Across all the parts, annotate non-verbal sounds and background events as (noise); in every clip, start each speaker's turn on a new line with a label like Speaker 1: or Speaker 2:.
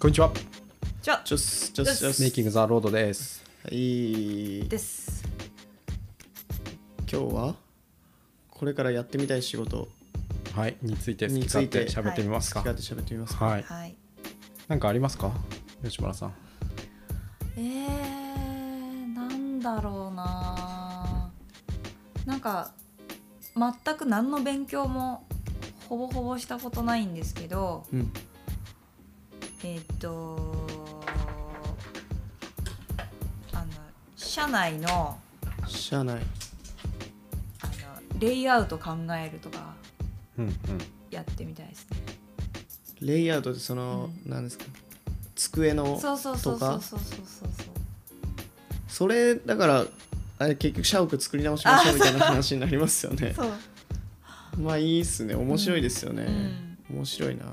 Speaker 1: こんにちは。
Speaker 2: じゃあ
Speaker 1: ちょっす、ちょっす、ちょっす。
Speaker 3: メイ
Speaker 1: は
Speaker 3: キングザロードです。
Speaker 1: い。今
Speaker 2: です
Speaker 1: 日はこれからやってみたい仕事
Speaker 3: はい、について好
Speaker 1: に
Speaker 3: き
Speaker 1: つ
Speaker 3: 勝
Speaker 1: いて
Speaker 3: 手喋ってみます
Speaker 1: 使
Speaker 3: か。
Speaker 1: っ
Speaker 3: は
Speaker 1: て
Speaker 3: い。
Speaker 1: 喋ってみますか。
Speaker 3: はい、
Speaker 2: はい
Speaker 3: なんかありますか、吉村さん。
Speaker 2: えー、なんだろうななんか全く何の勉強もほぼほぼしたことないんですけど
Speaker 1: うん。
Speaker 2: えーっ、とあの社内の
Speaker 1: 社内。
Speaker 2: あのレイアウト考えるとか
Speaker 3: うんうん。
Speaker 2: やってみたいですね
Speaker 1: レイアウトでその、なんですか。机の
Speaker 2: そうそうそう
Speaker 1: と
Speaker 2: そう
Speaker 1: か。
Speaker 2: そうそうそうそう
Speaker 1: それだから、あれ結局社屋作り直しましょうみたいな話になりますよね。
Speaker 2: そう
Speaker 1: まあいいっすね。面白いですよね。面白いな。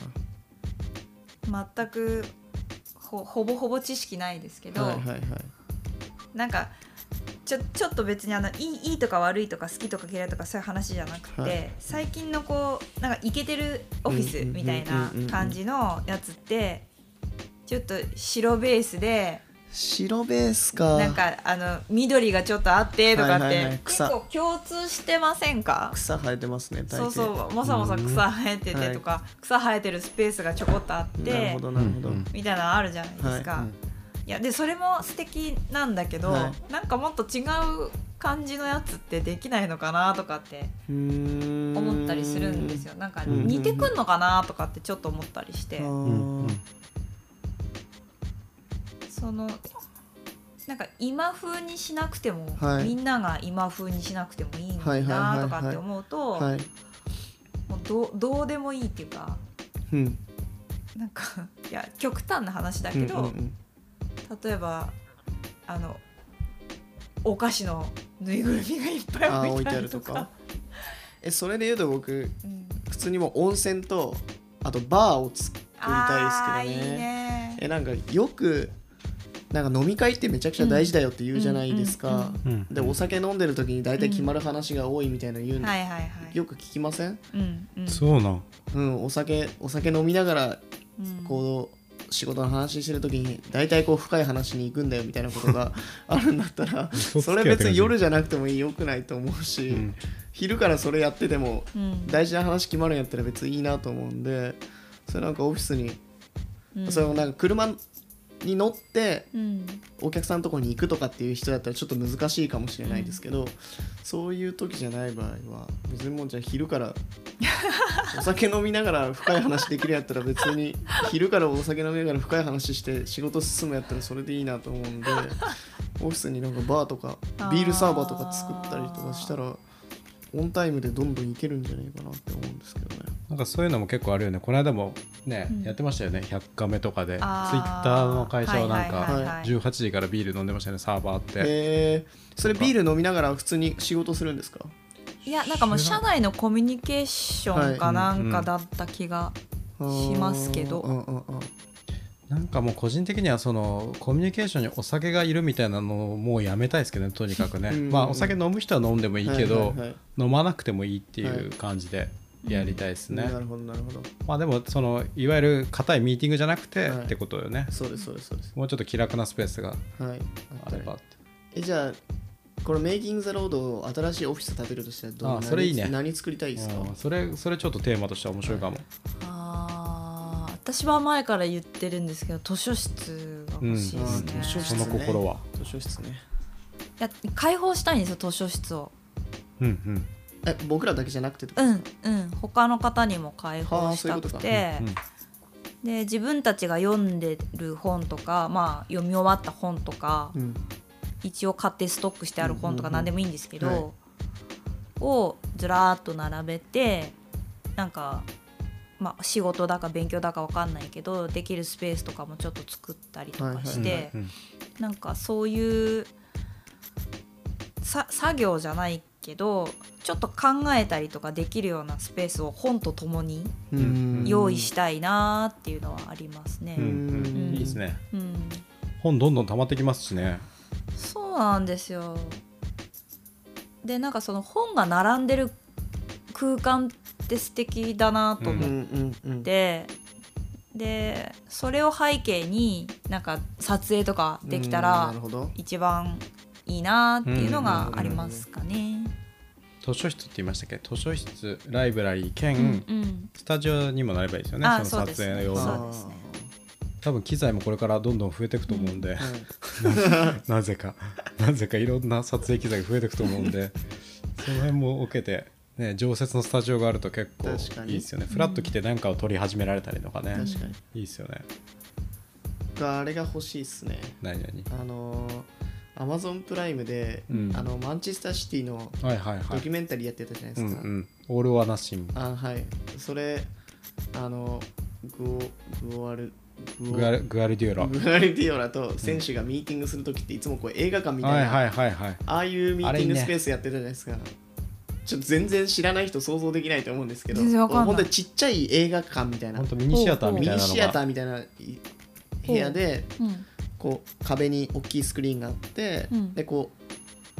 Speaker 2: 全くほほぼほぼ知識ないですけど、
Speaker 1: はいはいはい。
Speaker 2: なんかちょちょっと別にあのいいいいとか悪いとか好きとか嫌いとかそういう話じゃなくて、
Speaker 1: はい
Speaker 2: 最近のこうなんかイケてるオフィスみたいな感じのやつってちょっと白ベースで
Speaker 1: 白ベースか。
Speaker 2: なんかあの緑がちょっとあってとかって、
Speaker 1: はいはいはい
Speaker 2: 結構共通してませんか
Speaker 1: 草生えてますね。大抵
Speaker 2: そうそうもさもさ草生えててとか、草生えてるスペースがちょこっとあっ
Speaker 1: なる
Speaker 2: て
Speaker 1: ほどなるほど。
Speaker 3: うんうん
Speaker 2: みたいなのあるじゃないですか。
Speaker 1: は
Speaker 3: うん
Speaker 2: いやでそれも素敵なんだけど、
Speaker 1: は
Speaker 2: なんかもっと違う感じのやつってできないのかなとかって思
Speaker 1: 思
Speaker 2: ったりするんですよなんか
Speaker 1: うん
Speaker 2: 似てくんのかなとかってちょっと思ったりして、
Speaker 3: うんうん
Speaker 2: そのなんか今風にしなくても、
Speaker 1: はい
Speaker 2: みんなが今風にしなくてもいいん
Speaker 1: はい
Speaker 2: だ
Speaker 1: はいはい
Speaker 2: ない
Speaker 1: は
Speaker 2: とかって思うと、
Speaker 1: はい、
Speaker 2: もうどうどうでもいいっていうか
Speaker 1: うん、
Speaker 2: なんかいや極端な話だけど、
Speaker 1: うんうん
Speaker 2: 例えばあのお菓子のぬいぐるみがいっぱ
Speaker 1: あ
Speaker 2: い
Speaker 1: ー
Speaker 2: 置い
Speaker 1: 置
Speaker 2: て
Speaker 1: いて
Speaker 2: あ
Speaker 1: あ
Speaker 2: る
Speaker 1: る
Speaker 2: と
Speaker 1: と
Speaker 2: か。
Speaker 1: か (laughs) えそれで言うと僕
Speaker 2: うん
Speaker 1: 普通にもう温泉とあとバーを作りたいですけ
Speaker 2: あ
Speaker 1: どね
Speaker 2: ーいいね
Speaker 1: えなんかよくなんか飲み会ってめちゃくちゃ大事だよって言うじゃないですか、
Speaker 2: うんうんうん
Speaker 3: うんうん
Speaker 1: でお酒飲んでる時に大体決まる話が多いみたいなの言うの、
Speaker 2: はいはいはい。
Speaker 1: よく聞きません、
Speaker 2: うんうん、
Speaker 3: そうなん。
Speaker 1: うん、お酒お酒飲みながら
Speaker 2: うん
Speaker 1: こう仕事の話してる時に大体こう深い話に行くんだよみたいなことがあるんだったら
Speaker 3: 嘘つけ
Speaker 1: それ別に夜じゃなくてもいいよくないと思うし、
Speaker 3: うん
Speaker 1: 昼からそれやってても
Speaker 2: うん、
Speaker 1: 大事な話決まるんやったら別にいいなと思うんでそれなんかオフィスに、
Speaker 2: うん
Speaker 1: それもなんか車に乗って
Speaker 2: うん
Speaker 1: お客さんのとこに行くとかっていう人だったらちょっと難しいかもしれないですけど、そういう時じゃない場合は別にもうじゃあ昼からお酒飲みながら深い話できるやったら別に (laughs) 昼からお酒飲みながら深い話して仕事進むやったらそれでいいなと思うんでオフィスになんかバーとかビールサーバーとか作ったりとかしたらオンタイムでどんどんいけるんじゃないかなって思うんですけどね。
Speaker 3: なんかそういうのも結構あるよね。この間もね、
Speaker 2: うん
Speaker 3: やってましたよね。100カメとかで、ツイ
Speaker 2: あー
Speaker 3: ッターの会社はなん
Speaker 2: はい
Speaker 3: か
Speaker 2: はいはいはい
Speaker 3: 18時からビール飲んでましたね。サーバーって。
Speaker 1: えー、それビール飲みながら普通に仕事するんですか
Speaker 2: いやなんかもう社内のコミュニケーションかなんかだった気が、しますけど
Speaker 1: うんうんうん
Speaker 3: なんかもう個人的にはそのコミュニケーションにお酒がいるみたいなのをもうやめたいですけどね。とにかくね。
Speaker 1: うん
Speaker 3: まあお酒飲む人は飲んでもいいけど、
Speaker 1: はははい
Speaker 3: 飲まなくてもいいっていう感じでやりたいですね。
Speaker 1: なるほどなるほど
Speaker 3: まあでもそのいわゆる硬いミーティングじゃなくて
Speaker 1: はい
Speaker 3: ってことよね、
Speaker 1: そうですそうですそうです
Speaker 3: もうちょっと気楽なスペースが
Speaker 1: はいあ
Speaker 3: あ
Speaker 1: った
Speaker 3: れ
Speaker 1: ね
Speaker 3: ばって
Speaker 1: えじゃあこのメイキング・ザ・ロードを新しいオフィス建てるとしたらどんな
Speaker 3: あそれいいね
Speaker 1: 何作りたいですか
Speaker 3: うんそれそれちょっとテーマとしては面白いかも、
Speaker 2: あー私は前から言ってるんですけど図書室が欲しいですね、
Speaker 1: うんあー図書室
Speaker 3: その心は
Speaker 1: 図書室ね
Speaker 2: いや開放したいんですよ図書室を
Speaker 3: うんうん
Speaker 1: え僕らだけじゃなくてってこ
Speaker 2: う
Speaker 1: と
Speaker 2: んうん他の方にも開
Speaker 1: は
Speaker 2: 放
Speaker 1: あ
Speaker 2: し
Speaker 1: そうい
Speaker 2: た
Speaker 1: うこ
Speaker 2: く
Speaker 1: とか
Speaker 2: て
Speaker 3: うんうん
Speaker 2: で自分たちが読んでる本とか、まあ、読み終わった本とか、
Speaker 1: うん
Speaker 2: 一応買ってストックしてある本とか
Speaker 1: うんうんう
Speaker 2: 何
Speaker 1: ん
Speaker 2: でもいいんですけど、
Speaker 1: はい
Speaker 2: をずらーっと並べてなんか、まあ、仕事だか勉強だか分かんないけどできるスペースとかもちょっと作ったりとかして、
Speaker 1: はい
Speaker 3: うん
Speaker 2: なんかそういうさ作業じゃないけどちょっと考えたりとかできるようなスペースを本とともに
Speaker 1: うんん
Speaker 2: 用意したいなーっていうのはありますね。
Speaker 3: うんうん
Speaker 1: うん
Speaker 3: いいですね
Speaker 2: うん
Speaker 3: 本どんどん溜まってきますしね
Speaker 2: そうなんですよでなんかその本が並んでる空間って素敵だなと
Speaker 1: うんう
Speaker 2: 思っ
Speaker 1: んうん
Speaker 2: て、でそれを背景になんか撮影とかできた
Speaker 1: うんな
Speaker 2: ら
Speaker 1: るほど
Speaker 2: 一番いいなっていうのがありますかね。
Speaker 3: 図書室って言いましたっけ図書室ライブラリー兼、
Speaker 2: うん
Speaker 3: スタジオにもなればいいですよね
Speaker 2: あ
Speaker 3: その
Speaker 2: そうです
Speaker 3: 撮影用
Speaker 2: そ
Speaker 3: の
Speaker 2: うですね
Speaker 3: 多分機材もこれからどんどん増えていくと思うんで、
Speaker 1: あーはい
Speaker 3: なぜか (laughs) なぜかいろんな撮影機材が増えていくと思うんでその辺も受けて、ね、常設のスタジオがあると結構
Speaker 1: 確かに
Speaker 3: いいですよねフラッと来て何かを撮り始められたりとかね、
Speaker 1: 確かに
Speaker 3: いいですよね
Speaker 1: 僕はあれが欲しいっすね
Speaker 3: 何々
Speaker 1: あのアマゾンプライムで、
Speaker 3: うん
Speaker 1: あのマンチェスターシティの
Speaker 3: はいはいは
Speaker 1: ドキ
Speaker 3: い
Speaker 1: ュメンタリーやってたじゃないで
Speaker 3: う
Speaker 1: す
Speaker 3: ん
Speaker 1: か、
Speaker 3: うんオール・オア・ナッシング
Speaker 1: あはいそれあのグオグオアルグ
Speaker 3: グアルグアルデューロ
Speaker 1: グアルディオラと選手がミーティングするときっていつもこう映画館みたいな、
Speaker 3: はいはいはいはい
Speaker 1: ああいうミーティン
Speaker 3: あれいい
Speaker 1: グ
Speaker 3: ね
Speaker 1: スペースやってたじゃないですか、ちょっと全然知らない人想像できないと思うんですけど
Speaker 2: 全然わかんない
Speaker 1: 本当にちっちゃい映画館みたいな
Speaker 3: 本当ミニシアターみ
Speaker 1: ミ
Speaker 3: たい
Speaker 1: ニ
Speaker 3: なの
Speaker 1: シアタ
Speaker 3: が
Speaker 1: ーみたいない部屋で
Speaker 2: うん
Speaker 1: こう壁に大きいスクリーンがあって、
Speaker 2: うん
Speaker 1: でこう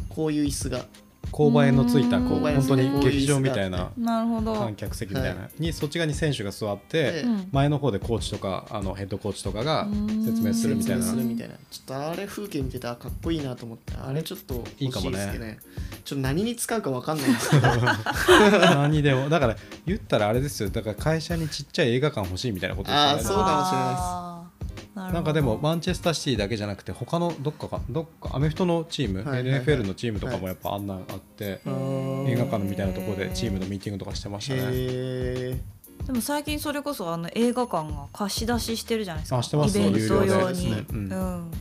Speaker 1: こういう椅子が
Speaker 3: 勾配のついた
Speaker 2: うん
Speaker 3: こう
Speaker 2: 勾配
Speaker 1: の
Speaker 3: 本
Speaker 1: つい
Speaker 3: 当
Speaker 1: た
Speaker 3: に劇場みたいな
Speaker 2: なるほど
Speaker 3: 観。客席みたいなにそっち側に選手が座って
Speaker 1: で
Speaker 2: うん
Speaker 3: 前の方でコーチとかあのヘッドコーチとかが
Speaker 2: うん
Speaker 3: 説明するみたいな
Speaker 1: 説明するみたいなちょっとあれ風景見てたらかっこいいなと思ってあれちょっと欲しい
Speaker 3: い
Speaker 1: で
Speaker 3: いかもね
Speaker 1: すけどねちょっと何に使うかわかんないんで
Speaker 3: (laughs)
Speaker 1: すけど
Speaker 3: 何でもだから言ったらあれですよだから会社にちっちゃい映画館欲しいみたいなことですよ
Speaker 1: あ
Speaker 3: ね
Speaker 1: ーそうかもしれないです
Speaker 2: れな
Speaker 3: なんかでも
Speaker 2: ま
Speaker 3: マンチェスターシティだけじゃなくて他のどっかかどっかアメフトのチーム、
Speaker 1: はいはいはい
Speaker 3: NFL のチームとかもやっぱあんなのあって、
Speaker 1: うん
Speaker 3: 映画館みたいなところでチームのミーティングとかしてましたね。
Speaker 1: へ
Speaker 2: でも最近それこそあの映画館が貸し出ししてるじゃないですか
Speaker 3: あしてますね
Speaker 2: イベント
Speaker 1: 有料
Speaker 2: 用
Speaker 1: で
Speaker 2: に、
Speaker 1: ね
Speaker 3: う
Speaker 2: うん
Speaker 3: ん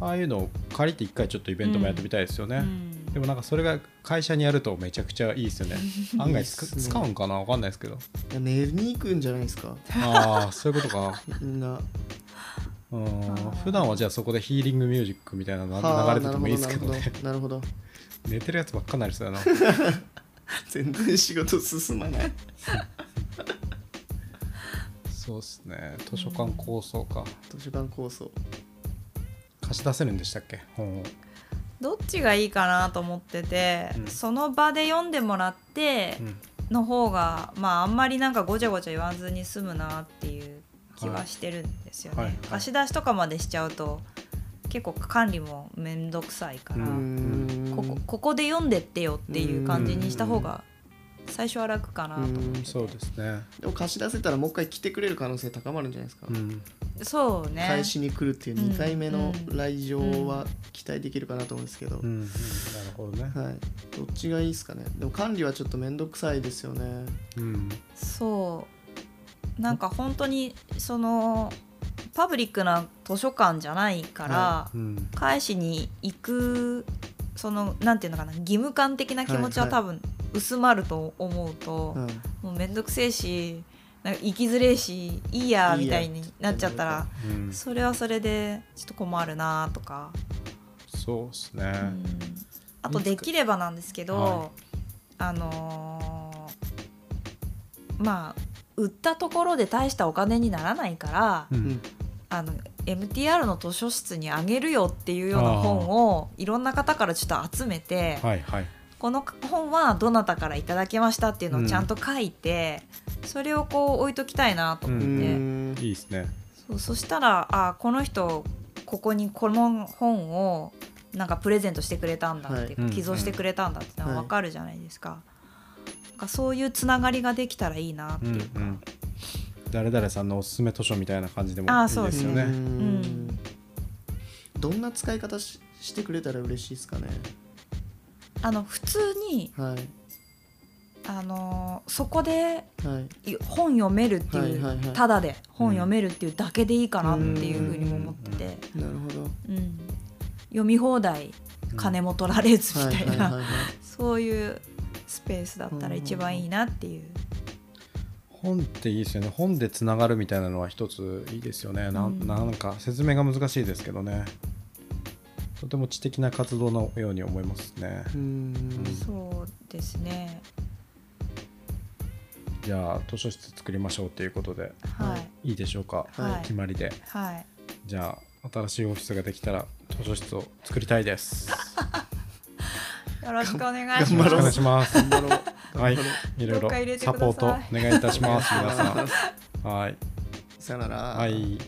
Speaker 3: ああいうのを借りて一回ちょっとイベントもやってみたいですよ
Speaker 2: う
Speaker 3: ね、
Speaker 2: ん
Speaker 3: でもなんかそれが会社にやるとめちゃくちゃいいですよね案外つく
Speaker 1: いいっすね
Speaker 3: 使うんかなわかんないです
Speaker 1: (laughs)
Speaker 3: けど
Speaker 1: え寝に行くんじゃないですか
Speaker 3: ああそういうことか
Speaker 1: みんな (laughs)
Speaker 3: うん
Speaker 2: ー
Speaker 3: 普段はじゃあそこでヒーリングミュージックみたいなの
Speaker 1: は
Speaker 3: が
Speaker 1: あ
Speaker 3: 流れててもいいですけどね
Speaker 1: なるほどなるほどなるほど
Speaker 3: 寝てるやつばっかになり (laughs) そうやな
Speaker 1: 全然仕事進ま (laughs) ない
Speaker 3: そうっすね図書館構想か
Speaker 1: 図書館構想
Speaker 3: 貸し出せるんでしたっけ本を
Speaker 2: どっちがいいかなと思ってて、
Speaker 3: うん
Speaker 2: その場で読んでもらって
Speaker 3: うん
Speaker 2: の方がまああんまりなんかごちゃごちゃ言わずに済むなっていう気はしてるんですよね、
Speaker 3: はいはい
Speaker 2: 貸し出しとかまでしちゃうと結構管理も面倒くさいから、
Speaker 3: う
Speaker 1: うーん
Speaker 2: ここここで読んでってよっていう感じにした方が最初は楽かなと思ってて
Speaker 3: そうですね、
Speaker 1: でも貸し出せたらもう一回来てくれる可能性高まるんじゃないですか、
Speaker 3: うん、
Speaker 2: そうね
Speaker 1: 返しに来るっていう2回目の来場
Speaker 2: う
Speaker 1: は期待できるかなと思うんですけど、
Speaker 3: うん、なるほどね、
Speaker 1: はい、どっちがいいですかねでも管理はちょっと面倒くさいですよね
Speaker 3: うん、
Speaker 2: そうなんか本当にそのパブリックな図書館じゃないから、
Speaker 3: うん、
Speaker 2: 返しに行くそのなんていうのかな義務感的な気持ちは
Speaker 1: はいは
Speaker 2: 多
Speaker 1: い
Speaker 2: 分薄まると思うと、
Speaker 1: うん
Speaker 2: もう面倒くせえしなんか行きづれえしいいや
Speaker 1: いいや
Speaker 2: みたいになっちゃったら
Speaker 3: うん、
Speaker 2: それはそれでちょっと困るなとか、
Speaker 3: そうですね、
Speaker 2: うんあとできればなんですけど、
Speaker 3: は
Speaker 2: あのーまあ売ったところで大したお金にならないから、
Speaker 3: う
Speaker 1: うんん
Speaker 2: あの MTR の図書室にあげるよっていうような本をいろんな方からちょっと集めて、
Speaker 3: はいはい
Speaker 2: この本はどなたからいただきましたっていうのをちゃんと書いて、それをこう置いときたいなと思って、
Speaker 1: う
Speaker 3: うん
Speaker 1: ん
Speaker 3: いいですね
Speaker 2: そうそしたらあこの人ここにこの本をなんかプレゼントしてくれたんだって、
Speaker 1: はい
Speaker 2: 寄贈してくれたんだっての
Speaker 1: うんう
Speaker 2: が
Speaker 1: ん
Speaker 2: 分かるじゃないですか,、なんかそういうつながりができたらいいなって
Speaker 3: うんう
Speaker 2: いうか、
Speaker 3: ん誰々さんのおすすめ図書みたいな感じでも
Speaker 2: あ
Speaker 3: い
Speaker 2: ー
Speaker 3: い
Speaker 2: そう
Speaker 3: で
Speaker 2: ですす
Speaker 3: よ
Speaker 1: う
Speaker 3: ね
Speaker 1: んどんな使い方ししてくれたら嬉しいですかね
Speaker 2: あの普通に、
Speaker 1: はい
Speaker 2: あのーそこで
Speaker 1: はい
Speaker 2: い本読めるっていう、
Speaker 1: はいはいはい
Speaker 2: ただで本読めるっていうだけでいいかなっていうふうにも思ってて、
Speaker 1: なるほど
Speaker 2: うん読み放題金も取られずみ
Speaker 1: は
Speaker 2: た
Speaker 1: (laughs)
Speaker 2: いな、
Speaker 1: いはいはいはい
Speaker 2: そういうスペースだったら一番いいなっていう。
Speaker 3: 本っていいですよね本でつながるみたいなのは一ついいですよねな,、
Speaker 2: うん
Speaker 3: ん、なんか説明が難しいですけどねとても知的な活動のように思いますね
Speaker 1: うーん
Speaker 2: そうですね。
Speaker 3: じゃあ図書室作りましょうということで
Speaker 2: は
Speaker 1: はいい。
Speaker 3: いいでしょうか、
Speaker 2: はい
Speaker 3: 決まりで
Speaker 2: はい。
Speaker 3: じゃあ新しいオフィスができたら図書室を作りたいです
Speaker 2: よろしくお願いし
Speaker 3: よ
Speaker 2: ま
Speaker 3: ろ
Speaker 2: す。
Speaker 3: しくお願いします
Speaker 1: 頑張ろう
Speaker 3: はい
Speaker 1: 頑張ろう
Speaker 3: いろい
Speaker 2: どっ
Speaker 3: ろ
Speaker 2: か入れてくだ
Speaker 3: サ
Speaker 2: さい
Speaker 3: ポートお願いいたします皆さんはい
Speaker 1: (laughs)
Speaker 4: さよなら
Speaker 1: はい